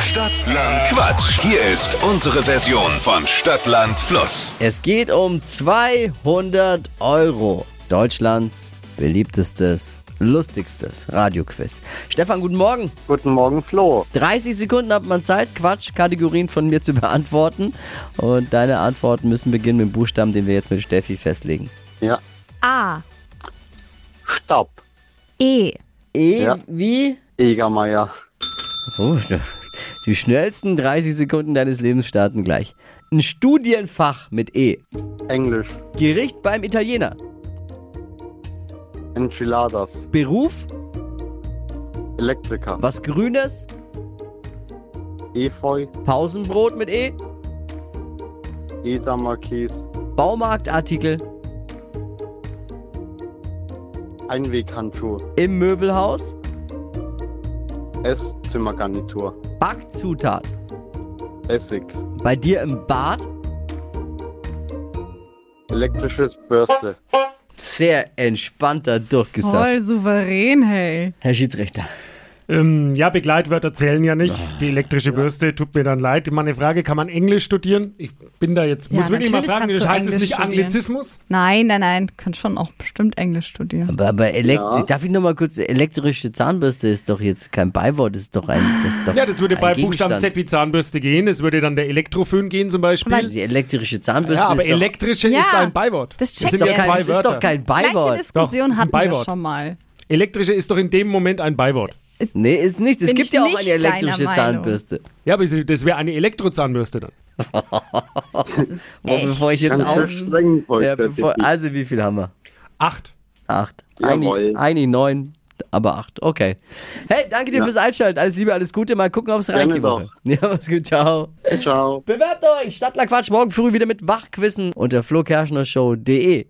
Stadtland Quatsch. Hier ist unsere Version von Stadtland Fluss. Es geht um 200 Euro. Deutschlands beliebtestes, lustigstes Radioquiz. Stefan, guten Morgen. Guten Morgen, Flo. 30 Sekunden hat man Zeit, Quatsch-Kategorien von mir zu beantworten. Und deine Antworten müssen beginnen mit dem Buchstaben, den wir jetzt mit Steffi festlegen. Ja, A, Staub, E, E Ja. wie? Egermeier, Oh, da- die schnellsten 30 Sekunden deines Lebens starten gleich. Ein Studienfach mit E. Englisch, Gericht beim Italiener. Enchiladas, Beruf, Elektriker, was Grünes. Efeu, Pausenbrot mit E. Edamarkies, Baumarktartikel. Einweghandschuhe, Im Möbelhaus. Esszimmergarnitur, Backzutat. Essig, Bei dir im Bad? elektrisches Bürste. Sehr entspannter durchgesagt. Voll souverän, hey. Herr Schiedsrichter. Ähm, ja, Begleitwörter zählen ja nicht. Ah. Die elektrische Bürste tut mir dann leid. Meine Frage, kann man Englisch studieren? Ich bin da jetzt, Ja, muss wirklich mal natürlich fragen, kannst das du heißt es Englisch nicht studieren. Anglizismus? Nein, nein, nein, kann schon auch bestimmt Englisch studieren. Aber, aber Elekt Ja. darf ich noch mal kurz, elektrische Zahnbürste ist doch jetzt kein Beiwort, ist doch ein das ist doch Ja, das würde ein bei Buchstaben Gegenstand. Z wie Zahnbürste gehen. Es würde dann der Elektrofön gehen zum Beispiel. Die elektrische Zahnbürste Ja, aber ist doch, elektrische Ja, ist ein Beiwort. das ist, checkt sind doch ja kein, zwei ist Wörter. doch kein Gleiche Beiwort. Diskussion Doch, ist ein hatten wir Beiwort. schon mal. elektrische ist doch in dem Moment ein Beiwort. Nee, ist nicht. Es Bin gibt ich ja auch nicht eine elektrische deiner Meinung. Zahnbürste. Ja, aber das wäre eine Elektrozahnbürste dann. Boah, bevor ich jetzt Ganz schön aus. streng heute. Ja, bevor, Dippi. also, wie viel haben wir? Acht. Acht. Jawohl. Eigentlich, eigentlich neun, aber acht. Okay. Hey, danke dir fürs Einschalten. Alles Liebe, alles Gute. Mal gucken, ob es reicht. Gerne die Woche. doch. Ja, mach's gut. Ciao. Ciao. Bewerbt euch! Stadtler Quatsch morgen früh wieder mit Wachquissen unter flokerschnershow.de.